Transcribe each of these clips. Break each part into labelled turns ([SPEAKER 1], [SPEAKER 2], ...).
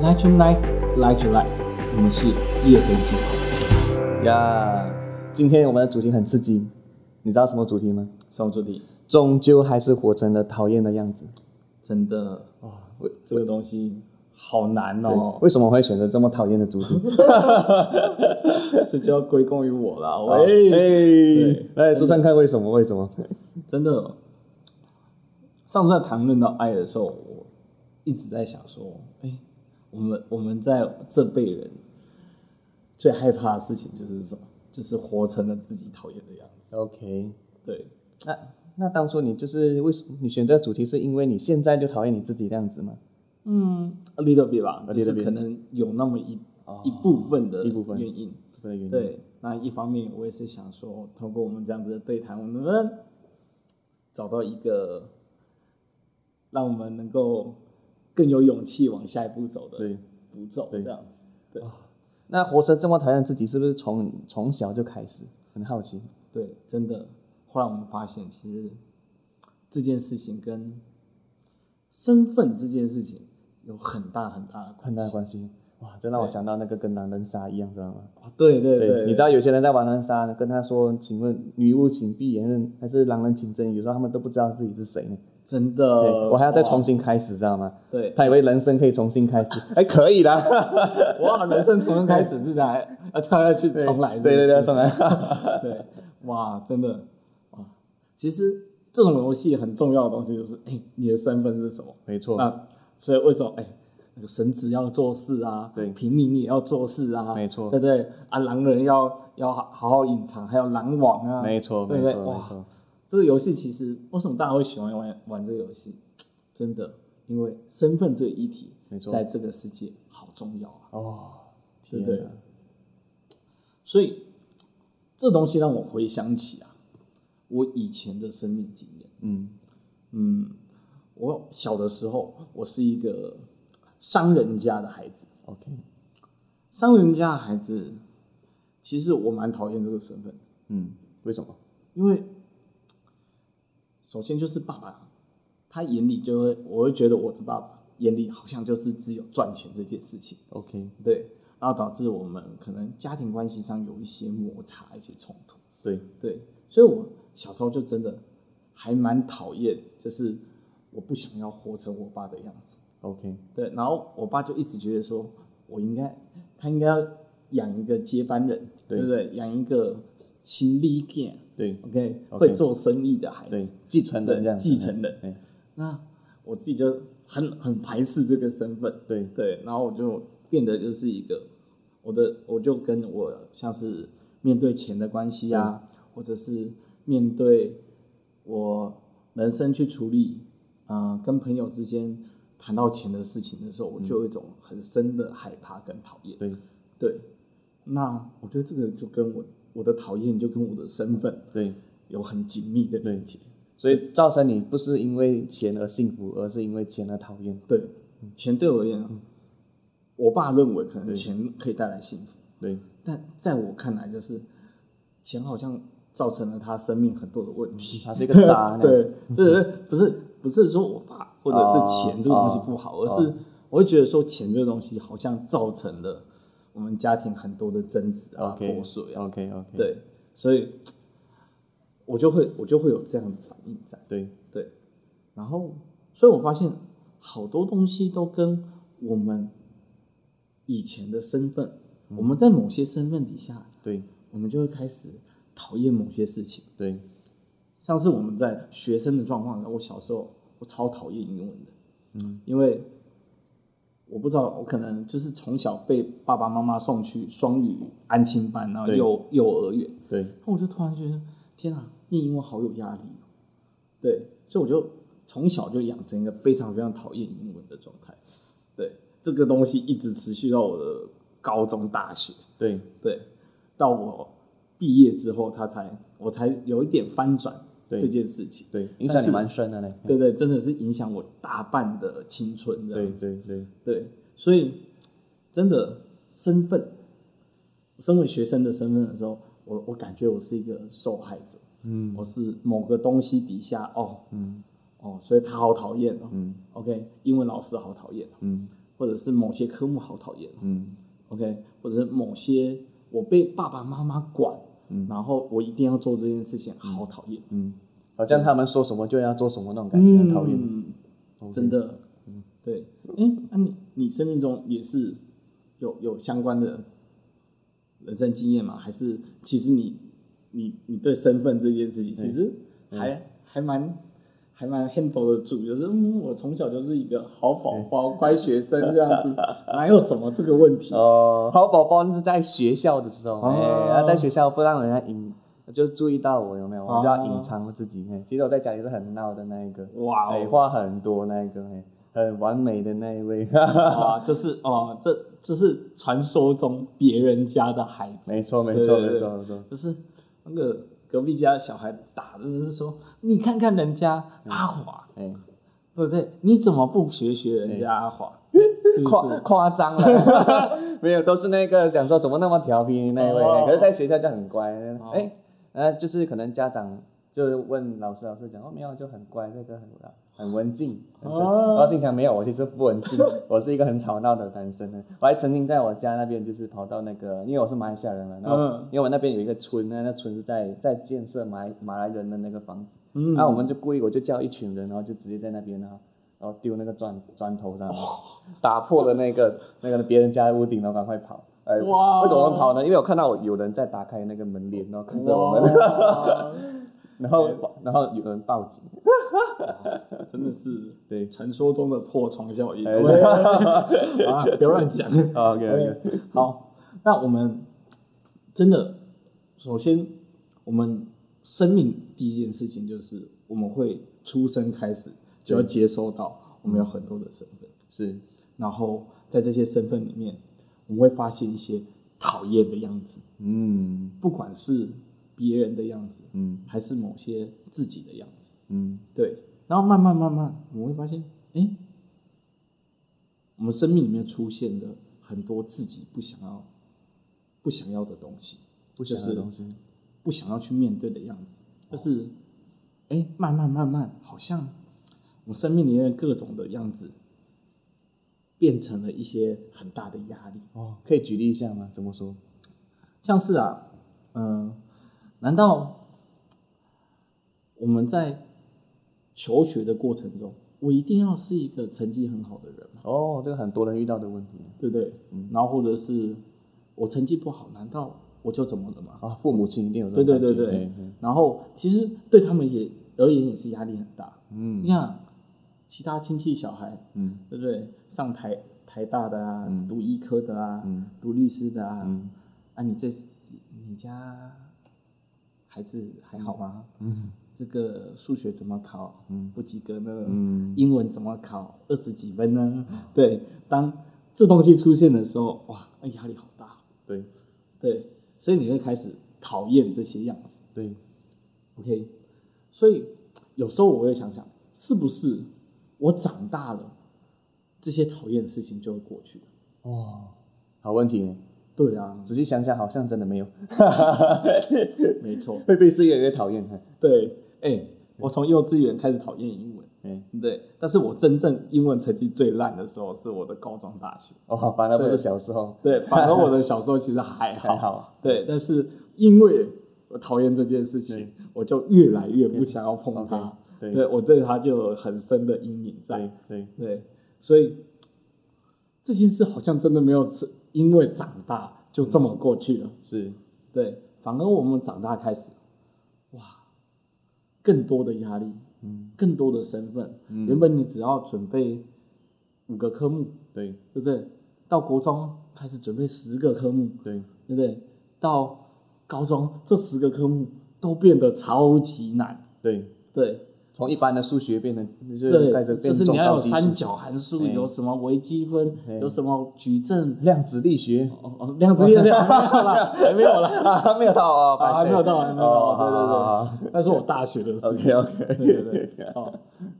[SPEAKER 1] Night to Night Life to Life，我们是夜飞计划。
[SPEAKER 2] 呀今天我们的主题很刺激，你知道什么主题吗？
[SPEAKER 1] 什么主题？
[SPEAKER 2] 终究还是活成了讨厌的样子。
[SPEAKER 1] 真的哇，我这个东西好难
[SPEAKER 2] 对
[SPEAKER 1] 哦，
[SPEAKER 2] 为什么会选择这么讨厌的主题？
[SPEAKER 1] 这就要归功于我了。
[SPEAKER 2] 好
[SPEAKER 1] 喂，
[SPEAKER 2] 哎，来说唱看为什么？为什么？
[SPEAKER 1] 真的，上次在谈论到爱的时候，我一直在想说，哎、我们我们在这辈人最害怕的事情就是什么？就是活成了自己讨厌的样子。
[SPEAKER 2] OK，
[SPEAKER 1] 对，
[SPEAKER 2] 那那当初你就是为什你选这个主题，是因为你现在就讨厌你自己这样子吗？
[SPEAKER 1] 嗯，a little bit 吧
[SPEAKER 2] A
[SPEAKER 1] 就是
[SPEAKER 2] little bit 哦
[SPEAKER 1] 可能有那么一、一部分的
[SPEAKER 2] 一部分嗯
[SPEAKER 1] 原因。
[SPEAKER 2] 不能原因
[SPEAKER 1] 对，那一方面我也是想说，通过我们这样子的对谈，我们能不能找到一个让我们能够更有勇气往下一步走的
[SPEAKER 2] 对。
[SPEAKER 1] 步骤，这
[SPEAKER 2] 对
[SPEAKER 1] 样子。对
[SPEAKER 2] 那活成这么讨厌自己，是不是从从小就开始？很好奇。
[SPEAKER 1] 对，真的。后来我们发现，其实这件事情跟身份这件事情有很大很大的关系。
[SPEAKER 2] 很大的关系。哇，这让我想到那个跟狼人杀一样，知道吗？
[SPEAKER 1] 哦对对对，
[SPEAKER 2] 你知道有些人在玩狼人杀，跟他说“请问女巫请闭眼”还是“狼人请睁眼”，有时候他们都不知道自己是谁呢。
[SPEAKER 1] 真
[SPEAKER 2] 对
[SPEAKER 1] 的，
[SPEAKER 2] 我还要再
[SPEAKER 1] 哇
[SPEAKER 2] 重新开始，知道吗？
[SPEAKER 1] 对，
[SPEAKER 2] 他以为人生可以重新开 始，哎，可以啦，
[SPEAKER 1] 哇，人生重新开始是在啊，跳下去重来是不
[SPEAKER 2] 对
[SPEAKER 1] 是，
[SPEAKER 2] 对对，重来。
[SPEAKER 1] 对，哇，真的哇，其实这种游戏很重要的东西就是，哎、你的身份是什么？
[SPEAKER 2] 没错，
[SPEAKER 1] 那所以为什么哎、那个神职要做事啊，
[SPEAKER 2] 对
[SPEAKER 1] 平民也要做事啊，
[SPEAKER 2] 没错
[SPEAKER 1] 对不对？啊，狼人要要好好好隐藏，还有狼王啊，
[SPEAKER 2] 没错，
[SPEAKER 1] 对
[SPEAKER 2] 没
[SPEAKER 1] 不对？
[SPEAKER 2] 错，没
[SPEAKER 1] 哇，
[SPEAKER 2] 错，
[SPEAKER 1] 这个游戏其实为什么大家会喜欢玩玩这个游戏？真的，因为身份这个议题
[SPEAKER 2] 没，错
[SPEAKER 1] 在这个世界好重要啊。
[SPEAKER 2] 哦，
[SPEAKER 1] 对
[SPEAKER 2] 天
[SPEAKER 1] 不对
[SPEAKER 2] 哪，
[SPEAKER 1] 所以这东西让我回想起啊，我以前的生命经验。
[SPEAKER 2] 嗯，
[SPEAKER 1] 嗯，我小的时候，我是一个商人家的孩子。
[SPEAKER 2] ，OK，
[SPEAKER 1] 商人家的孩子，其实我蛮讨厌这个身份，
[SPEAKER 2] 嗯，为什么？
[SPEAKER 1] 因为首先就是爸爸，他眼里就会，我会觉得我的爸爸眼里好像就是只有赚钱这件事情，
[SPEAKER 2] ？OK，
[SPEAKER 1] 对，然后导致我们可能家庭关系上有一些摩擦、一些冲突。
[SPEAKER 2] 对，
[SPEAKER 1] 对，所以我小时候就真的还蛮讨厌，就是我不想要活成我爸的样子。
[SPEAKER 2] ，OK，
[SPEAKER 1] 对，然后我爸就一直觉得说，我应该，他应该要养一个接班人，对
[SPEAKER 2] 对
[SPEAKER 1] 不对？养一个行李健
[SPEAKER 2] 对，
[SPEAKER 1] ，OK，
[SPEAKER 2] OK
[SPEAKER 1] 会做生意的孩
[SPEAKER 2] 对
[SPEAKER 1] 子，，
[SPEAKER 2] 继承人这样，
[SPEAKER 1] 继，承人。
[SPEAKER 2] 哎，
[SPEAKER 1] 那我自己就很很排斥这个身份，
[SPEAKER 2] 对，
[SPEAKER 1] 对，然后我就变得就是一个我的，我就跟我像是面对钱的关系啊，或者是面对我人生去处理，呃，跟朋友之间谈到钱的事情的时候，我就有一种很深的害怕跟讨厌。
[SPEAKER 2] 对，
[SPEAKER 1] 对，那我觉得这个就跟我我的讨厌就跟我的身份
[SPEAKER 2] 对。
[SPEAKER 1] 有很紧密的连接。
[SPEAKER 2] 所以造成你不是因为钱而幸福，而是因为钱而讨厌。
[SPEAKER 1] 对，钱对我而言
[SPEAKER 2] 嗯
[SPEAKER 1] 啊，我爸认为可能钱可以带来幸福。
[SPEAKER 2] 对，
[SPEAKER 1] 但在我看来，就是钱好像造成了他生命很多的问题。
[SPEAKER 2] 嗯他是一个 渣男。
[SPEAKER 1] 对，对对，不是不是说我爸或者是钱
[SPEAKER 2] 哦
[SPEAKER 1] 这个东西不好，而是我会觉得说钱这个东西好像造成了我们家庭很多的争执啊、
[SPEAKER 2] OK
[SPEAKER 1] 破碎啊。
[SPEAKER 2] OK OK。
[SPEAKER 1] 对，所以我就会我就会有这样的反应在。
[SPEAKER 2] 对
[SPEAKER 1] 对，然后所以我发现好多东西都跟我们以前的身份，我们在某些身份底下，
[SPEAKER 2] 对
[SPEAKER 1] 我们就会开始讨厌某些事情。
[SPEAKER 2] 对
[SPEAKER 1] 像是我们在学生的状况下，我小时候我超讨厌英文的，嗯，因为我不知道，我可能就是从小被爸爸妈妈送去双语安亲班，然后
[SPEAKER 2] 对
[SPEAKER 1] 幼幼儿园，
[SPEAKER 2] 对
[SPEAKER 1] 那我就突然觉得，天啊，念英文好有压力、哦。对，所以我就从小就养成一个非常非常讨厌英文的状态。对，这个东西一直持续到我的高中、大学，
[SPEAKER 2] 对
[SPEAKER 1] 对，到我毕业之后，他才我才有一点翻转
[SPEAKER 2] 对
[SPEAKER 1] 这件事情。
[SPEAKER 2] 对，影响你蛮深的嘞。
[SPEAKER 1] 对对，真的是影响我大半的青春这
[SPEAKER 2] 对
[SPEAKER 1] 样子。
[SPEAKER 2] 对对
[SPEAKER 1] 对，所以真的身份，身为学生的身份的时候，我我感觉我是一个受害者，嗯，我是某个东西底下哦，嗯，哦，所以他好讨厌哦，嗯，OK，英文老师好讨厌哦、
[SPEAKER 2] 嗯，
[SPEAKER 1] 或者是某些科目好讨厌哦
[SPEAKER 2] 嗯
[SPEAKER 1] OK，或者是某些我被爸爸妈妈管，然后我一定要做这件事情，好讨厌，
[SPEAKER 2] 嗯，好像他们说什么就要做什么那种感觉，很讨厌。
[SPEAKER 1] 嗯，真的，对，哎、那、你你生命中也是有有相关的人生经验吗？还是其实你你你对身份这件事情其实还、还蛮。还蛮 handle 得住，就是、嗯、我从小就是一个好宝宝、乖学生这样子，哪有什么这个问题？
[SPEAKER 2] 哦，好宝宝那是在学校的时候，
[SPEAKER 1] 哦
[SPEAKER 2] 哎、啊在学校不让人家隐，就注意到我有没有，
[SPEAKER 1] 哦
[SPEAKER 2] 我就要隐藏我自己。嘿，其实我在家里是很闹的那一个，
[SPEAKER 1] 哇、哦
[SPEAKER 2] 哎、话很多那一个，嘿，很完美的那一位。
[SPEAKER 1] 啊，就是哦，这就是传说中别人家的孩子，
[SPEAKER 2] 没错，没错，
[SPEAKER 1] 对对对
[SPEAKER 2] 没错，没错。
[SPEAKER 1] 就是那个隔壁家小孩打，就是说你看看人家阿华，
[SPEAKER 2] 哎，
[SPEAKER 1] 对不对？你怎么不学学人家阿华？是不
[SPEAKER 2] 夸
[SPEAKER 1] 是？
[SPEAKER 2] 夸张了， 没有，都是那个讲说怎么那么调皮那一位，
[SPEAKER 1] 哦
[SPEAKER 2] 可是在学校就很乖。哎，呃，就是可能家长就问老师，老师讲哦没有，就很乖，那个很很文静。很正
[SPEAKER 1] 哦
[SPEAKER 2] 然后心想没有，我其实不文静，我是一个很吵闹的男生呢。我还曾经在我家那边就是跑到那个，因为我是马来西亚人嘛，然后
[SPEAKER 1] 嗯
[SPEAKER 2] 因为我们那边有一个村呢，那村是在在建设马来马来人的那个房子，啊
[SPEAKER 1] 嗯
[SPEAKER 2] 那、我们就故意我就叫一群人，然后就直接在那边然后然后丢那个砖砖头上，打破了那个那个别人家的屋顶，然后赶快跑。哎，
[SPEAKER 1] 哇哦
[SPEAKER 2] 为什么我们跑呢？因为我看到有人在打开那个门帘，然后看着我们，
[SPEAKER 1] 哇，哦
[SPEAKER 2] 然后然后有人报警，
[SPEAKER 1] 真的是
[SPEAKER 2] 对
[SPEAKER 1] 传说中的破窗效应。
[SPEAKER 2] 哎
[SPEAKER 1] 喂 啊，不要乱讲。
[SPEAKER 2] ，OK
[SPEAKER 1] OK，好，那我们真的，首先我们生命第一件事情就是我们会出生开始就要接收到我们有很多的身份，
[SPEAKER 2] 是
[SPEAKER 1] 然后在这些身份里面，我们会发现一些讨厌的样子，
[SPEAKER 2] 嗯
[SPEAKER 1] 不管是别人的样子，
[SPEAKER 2] 嗯
[SPEAKER 1] 还是某些自己的样子，
[SPEAKER 2] 嗯
[SPEAKER 1] 对。然后慢慢慢慢，我们会发现，哎，我们生命里面出现了很多自己不想要、不想要的东西。
[SPEAKER 2] 不喜欢的东西，
[SPEAKER 1] 不想要去面对的样子，就是，哎、慢慢慢慢，好像我生命里面各种的样子，变成了一些很大的压力。
[SPEAKER 2] 哦，可以举例一下吗？怎么说？
[SPEAKER 1] 像是啊，嗯、难道我们在求学的过程中，我一定要是一个成绩很好的人吗？
[SPEAKER 2] 哦，这个很多人遇到的问题
[SPEAKER 1] 对不对？嗯然后或者是我成绩不好，难道我就怎么了吗？
[SPEAKER 2] 啊，父母亲一定有这
[SPEAKER 1] 对
[SPEAKER 2] 种
[SPEAKER 1] 对
[SPEAKER 2] 感觉。
[SPEAKER 1] 对对
[SPEAKER 2] 哎，
[SPEAKER 1] 嗯然后其实对他们也而言也是压力很大。嗯，你想其他亲戚小孩，
[SPEAKER 2] 嗯，
[SPEAKER 1] 对不对？上台台大的啊，读医科的啊，
[SPEAKER 2] 嗯
[SPEAKER 1] 读律师的啊，
[SPEAKER 2] 嗯
[SPEAKER 1] 啊，你这你家孩子还好吗？嗯，这个数学怎么考？嗯，不及格呢？
[SPEAKER 2] 嗯，
[SPEAKER 1] 英文怎么考？二十几分呢？ 对，当这东西出现的时候，哇，那压力好大。哦
[SPEAKER 2] 哎对
[SPEAKER 1] 对，所以你会开始讨厌这些样子。
[SPEAKER 2] 对，
[SPEAKER 1] OK，所以有时候我会想想，是不是我长大了，这些讨厌的事情就会过去了？
[SPEAKER 2] 哦，好问题呢。
[SPEAKER 1] 对 啊，
[SPEAKER 2] 仔细想想，好像真的没有，
[SPEAKER 1] 没 错，
[SPEAKER 2] 会被是越来越讨厌。
[SPEAKER 1] 对，哎、我从幼稚园开始讨厌英文，
[SPEAKER 2] 嗯，
[SPEAKER 1] 对，但是我真正英文成绩最烂的时候是我的高中、大学，
[SPEAKER 2] 哦，反而不是小时候，
[SPEAKER 1] 对，反而我的小时候其实还好，
[SPEAKER 2] 还好，
[SPEAKER 1] 对，但是因为我讨厌这件事情，我就越来越不想要碰它
[SPEAKER 2] OK，对
[SPEAKER 1] 对我对它就有很深的阴影在。
[SPEAKER 2] 对对，
[SPEAKER 1] 对，所以这件事好像真的没有只因为长大就这么过去了。
[SPEAKER 2] 是，
[SPEAKER 1] 对，反而我们长大开始，哇，更多的压力，嗯，更多的身份。
[SPEAKER 2] 嗯
[SPEAKER 1] 原本你只要准备五个科目，
[SPEAKER 2] 对
[SPEAKER 1] 对不对？到国中开始准备十个科目，
[SPEAKER 2] 对，
[SPEAKER 1] 对不对？到高中这十个科目都变得超级难，
[SPEAKER 2] 对，
[SPEAKER 1] 对，
[SPEAKER 2] 从一般的数学变成就是开
[SPEAKER 1] 对，
[SPEAKER 2] 始
[SPEAKER 1] 就
[SPEAKER 2] 变
[SPEAKER 1] 是你
[SPEAKER 2] 重
[SPEAKER 1] 要有
[SPEAKER 2] 到基
[SPEAKER 1] 三
[SPEAKER 2] 数，
[SPEAKER 1] 角函数，
[SPEAKER 2] 哎
[SPEAKER 1] 有什么微积分，
[SPEAKER 2] 哎
[SPEAKER 1] 有什么矩阵，
[SPEAKER 2] 量子力学
[SPEAKER 1] 哦哦，量子力学还 没有啦，还没有啦，
[SPEAKER 2] 啊，没有到啊，
[SPEAKER 1] 啊，还没有到，还没有到，
[SPEAKER 2] 哦，
[SPEAKER 1] 对对对，那是我大学的事，
[SPEAKER 2] 对对对，OK
[SPEAKER 1] 对
[SPEAKER 2] OK，
[SPEAKER 1] 对对，哦，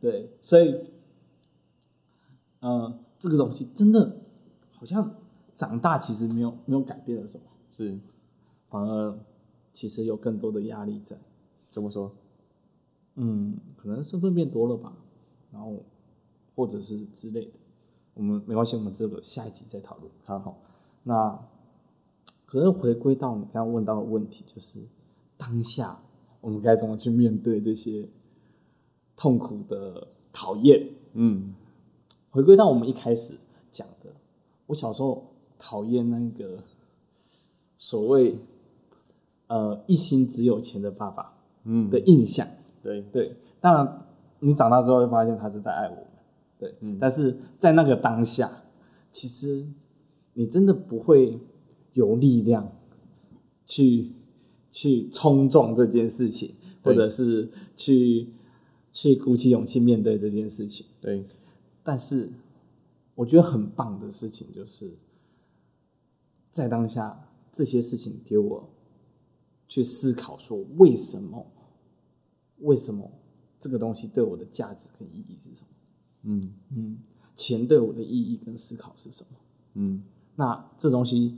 [SPEAKER 1] 对，所以，嗯，这个东西真的好像长大其实没有没有改变了什么，
[SPEAKER 2] 是
[SPEAKER 1] 反而其实有更多的压力在。
[SPEAKER 2] 怎么说？
[SPEAKER 1] 嗯，可能身份变多了吧，然后或者是之类的，我们没关系，我们这个下一集再讨论。
[SPEAKER 2] 好好，
[SPEAKER 1] 那可是回归到你刚刚问到的问题，就是当下我们该怎么去面对这些痛苦的考验？
[SPEAKER 2] 嗯，
[SPEAKER 1] 回归到我们一开始讲的，我小时候讨厌那个所谓呃一心只有钱的爸爸
[SPEAKER 2] 嗯
[SPEAKER 1] 的印象。
[SPEAKER 2] 对，
[SPEAKER 1] 对，当然你长大之后会发现他是在爱我们，对，但是在那个当下，其实你真的不会有力量去去冲撞这件事情，或
[SPEAKER 2] 对
[SPEAKER 1] 者是去去鼓起勇气面对这件事情。
[SPEAKER 2] 对，
[SPEAKER 1] 但是我觉得很棒的事情就是，在当下这些事情给我去思考，说为什么，为什么这个东西对我的价值跟意义是什么？
[SPEAKER 2] 嗯
[SPEAKER 1] 钱对我的意义跟思考是什么？
[SPEAKER 2] 嗯
[SPEAKER 1] 那这东西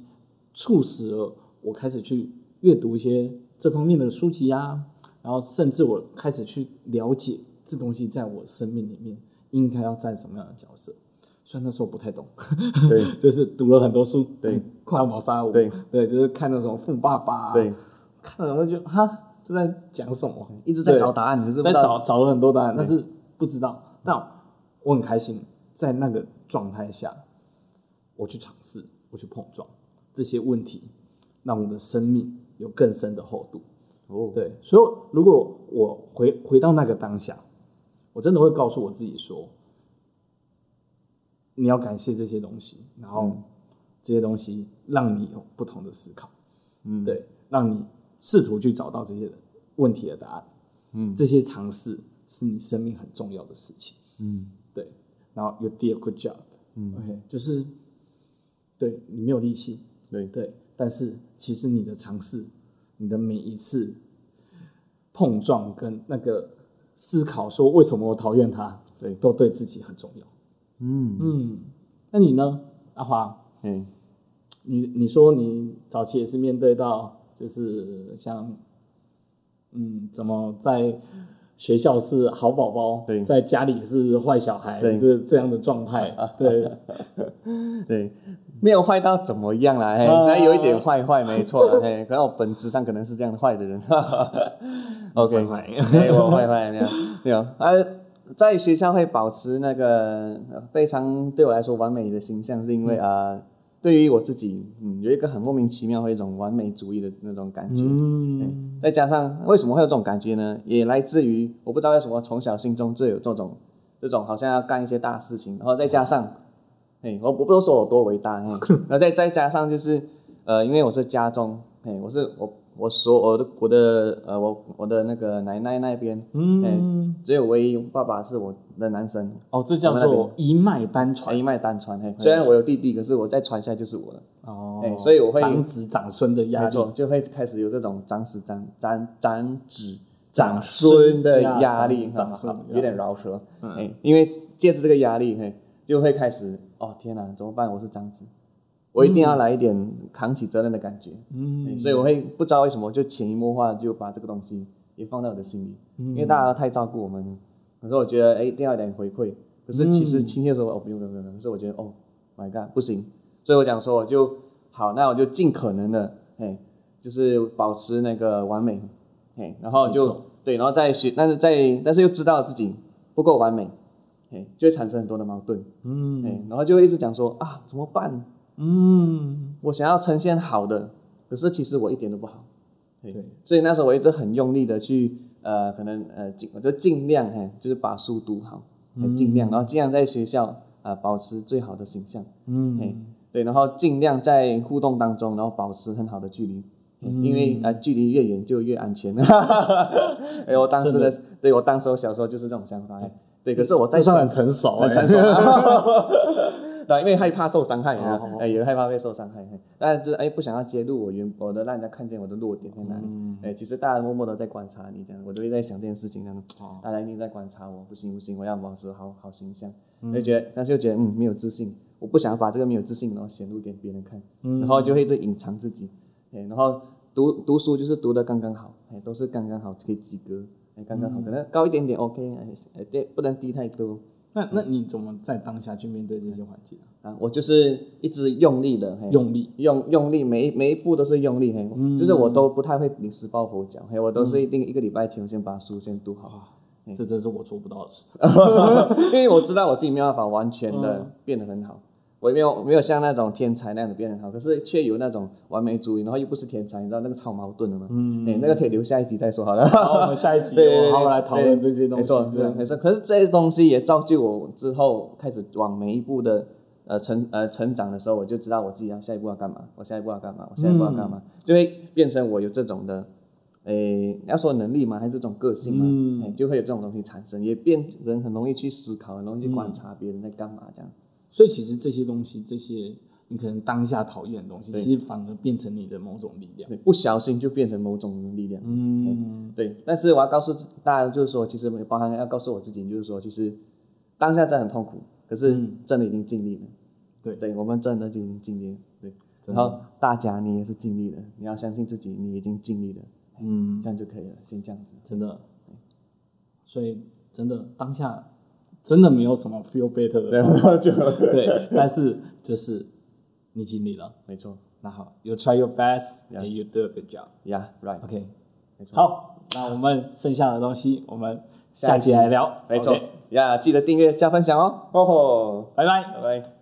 [SPEAKER 1] 促使了我开始去阅读一些这方面的书籍啊，然后甚至我开始去了解这东西在我生命里面应该要占什么样的角色。虽然那时候不太懂，
[SPEAKER 2] 对，
[SPEAKER 1] 就是读了很多书，
[SPEAKER 2] 对，
[SPEAKER 1] 快要谋杀我，
[SPEAKER 2] 对
[SPEAKER 1] 对，就是看那种富爸爸、啊，
[SPEAKER 2] 对，
[SPEAKER 1] 看了我就哈这在讲什么，
[SPEAKER 2] 一直在
[SPEAKER 1] 对
[SPEAKER 2] 找答案，你是不
[SPEAKER 1] 在
[SPEAKER 2] 知道
[SPEAKER 1] 找找了很多答案，但是不知道。但我很开心，在那个状态下，我去尝试，我去碰撞这些问题，让我的生命有更深的厚度。
[SPEAKER 2] 哦，
[SPEAKER 1] 对，所以如果我回回到那个当下，我真的会告诉我自己说，你要感谢这些东西，然后这些东西让你有不同的思考，嗯，对，让你试图去找到这些问题的答案，
[SPEAKER 2] 嗯，
[SPEAKER 1] 这些尝试是你生命很重要的事情，嗯，对，然后 you did a good job，嗯，OK，就是对你没有力气，
[SPEAKER 2] 对
[SPEAKER 1] 对，但是其实你的尝试，你的每一次碰撞跟那个思考，说为什么我讨厌他，
[SPEAKER 2] 对
[SPEAKER 1] 都对自己很重要。
[SPEAKER 2] 嗯
[SPEAKER 1] 嗯，那你呢，阿华？
[SPEAKER 2] 嗯，
[SPEAKER 1] 你你说你早期也是面对到，就是像，嗯，怎么在学校是好宝宝
[SPEAKER 2] 对，
[SPEAKER 1] 在家里是坏小孩，
[SPEAKER 2] 对
[SPEAKER 1] 这这样的状态，对，
[SPEAKER 2] 对，没有坏到怎么样啦，嘿，
[SPEAKER 1] 啊
[SPEAKER 2] 虽然有一点坏坏，没错啦，嘿，可能我本质上可能是这样的坏的人 ，OK，
[SPEAKER 1] 坏坏
[SPEAKER 2] 没有坏坏没有没有啊，在学校会保持那个呃非常对我来说完美的形象，是因为啊、呃对于我自己，嗯，有一个很莫名其妙的一种完美主义的那种感觉。
[SPEAKER 1] 嗯，
[SPEAKER 2] 对再加上为什么会有这种感觉呢？也来自于我不知道为什么从小心中就有这种这种好像要干一些大事情，然后再加
[SPEAKER 1] 嗯
[SPEAKER 2] 上，哎，我我不都说我多伟大，哎， 然后再再加上就是呃，因为我是家中，哎，我是我我所我的我的呃我我的那个奶奶那边，
[SPEAKER 1] 嗯，
[SPEAKER 2] 只有唯一爸爸是我的男生，
[SPEAKER 1] 哦，这叫
[SPEAKER 2] 我们那
[SPEAKER 1] 做一脉单传
[SPEAKER 2] 一脉单传，
[SPEAKER 1] 嗯
[SPEAKER 2] 嘿，虽然我有弟弟，可是我再传下就是我了。
[SPEAKER 1] 哦
[SPEAKER 2] 哎所以我会
[SPEAKER 1] 长子长孙的压
[SPEAKER 2] 没
[SPEAKER 1] 力，
[SPEAKER 2] 错，就会开始有这种长子长长长子
[SPEAKER 1] 长
[SPEAKER 2] 长孙的
[SPEAKER 1] 孙呀
[SPEAKER 2] 压力，
[SPEAKER 1] 长子长
[SPEAKER 2] 哈哈
[SPEAKER 1] 孙
[SPEAKER 2] 有点饶舌。哎，因为借着这个压力，嘿，就会开始哦，天哪，怎么办？我是长子，我一定要来一点扛起责任的感觉。嗯，所以我会不知道为什么，就潜移默化地就把这个东西也放在我的心里，
[SPEAKER 1] 嗯
[SPEAKER 2] 因为大家太照顾我们，可是我觉得哎，一定要有点回馈。可是其
[SPEAKER 1] 嗯
[SPEAKER 2] 实亲切说哦，不用不用不用，可是我觉得哦，My God，不行，所以我讲说我就好，那我就尽可能的，哎，就是保持那个完美，哎，然后
[SPEAKER 1] 没
[SPEAKER 2] 就对，然后再学，但是在但是又知道自己不够完美，哎，就会产生很多的矛盾，
[SPEAKER 1] 嗯
[SPEAKER 2] 哎，然后就会一直讲说啊，怎么办？
[SPEAKER 1] 嗯，
[SPEAKER 2] 我想要呈现好的，可是其实我一点都不好，
[SPEAKER 1] 对，
[SPEAKER 2] 所以那时候我一直很用力的去，呃，可能呃尽我就尽量哎，就是把书读好，哎
[SPEAKER 1] 嗯
[SPEAKER 2] 尽量，然后尽量在学校啊、保持最好的形象，
[SPEAKER 1] 嗯
[SPEAKER 2] 哎，对，然后尽量在互动当中，然后保持很好的距离，哎
[SPEAKER 1] 嗯
[SPEAKER 2] 因为啊、呃距离越远就越 安全。哎，我当时的，对我当时我小时候就是这种想法，哎对，可是我在
[SPEAKER 1] 嗯这算很成熟， 哎
[SPEAKER 2] 很成熟。对，因为害怕受伤害啊
[SPEAKER 1] 哦，
[SPEAKER 2] 哎，也害怕被受伤害，哎但是哎不想要揭露我原我的，让人家看见我的弱点在哪里。哎，其实大家默默的在观察你，这样我都会在想这件事情，这样大家一定在观察我，不行不行，我要保持好好形象，就觉得但是又觉得嗯没有自信，我不想把这个没有自信然后显露给别人看，然后就会一直隐藏自己，哎，然后读读书就是读的刚刚好，哎，都是刚刚好可以及格，哎，刚刚好，可能高一点点 OK，哎，哎，对，不能低太多，
[SPEAKER 1] 那那你怎么在当下去面对这些环境啊？
[SPEAKER 2] 啊，我就是一直用力的，嘿
[SPEAKER 1] 用力嗯
[SPEAKER 2] 用用力，每一每一步都是用力，嘿，就是我都不太会临时抱佛脚，嘿，我都是一定一个礼拜前我先把书先读好，
[SPEAKER 1] 这真是我做不到的 事。
[SPEAKER 2] 因为我知道我自己没有办法完全
[SPEAKER 1] 嗯
[SPEAKER 2] 的变得很好，我没有没有像那种天才那样的变得很好，可是却有那种完美主义，然后又不是天才，你知道那个超矛盾的吗？嗯，哎，那个可以留下一集再说好了。
[SPEAKER 1] 好，我们下一集
[SPEAKER 2] 对对对
[SPEAKER 1] 我好好来讨论这些东
[SPEAKER 2] 没
[SPEAKER 1] 西。
[SPEAKER 2] 错，
[SPEAKER 1] 对
[SPEAKER 2] 对，没错。可是这些东西也造就我之后开始往每一步的呃成呃成长的时候，我就知道我自己要下一步要干嘛，我下一步要干嘛，我下一步要干
[SPEAKER 1] 嗯
[SPEAKER 2] 嘛，就会变成我有这种的，诶、要说能力吗？还是这种个性吗？
[SPEAKER 1] 嗯
[SPEAKER 2] 诶就会有这种东西产生，也变人很容易去思考，很容易去观
[SPEAKER 1] 嗯
[SPEAKER 2] 察别人在干嘛这样。
[SPEAKER 1] 所以其实这些东西，这些你可能当下讨厌的东西，
[SPEAKER 2] 对
[SPEAKER 1] 其实反而变成你的某种力量。
[SPEAKER 2] 对，不小心就变成某种力量。
[SPEAKER 1] 嗯，
[SPEAKER 2] 对，但是我要告诉大家，就是说，其实包含要告诉我自己，就是说，其实当下真的很痛苦，可是真的已经尽力了。
[SPEAKER 1] 嗯对
[SPEAKER 2] 对，我们真的就已经尽力了。对，然后大家你也是尽力了，你要相信自己，你已经尽力了，
[SPEAKER 1] 嗯，
[SPEAKER 2] 这样就可以了，先这样子。
[SPEAKER 1] 真的。所以真的当下真的没有什么 feel better 的方法，
[SPEAKER 2] 就
[SPEAKER 1] 对，但是就是你尽力了。
[SPEAKER 2] 没错
[SPEAKER 1] 那好，you try your best
[SPEAKER 2] Yeah
[SPEAKER 1] and you do a good job。
[SPEAKER 2] ，Yeah，right，
[SPEAKER 1] OK，
[SPEAKER 2] 没错，
[SPEAKER 1] 好，那我们剩下的东西我们下期来聊。
[SPEAKER 2] 没错
[SPEAKER 1] OK，
[SPEAKER 2] ，Yeah，记得订阅加分享哦，哦吼，
[SPEAKER 1] 拜拜。
[SPEAKER 2] 拜拜。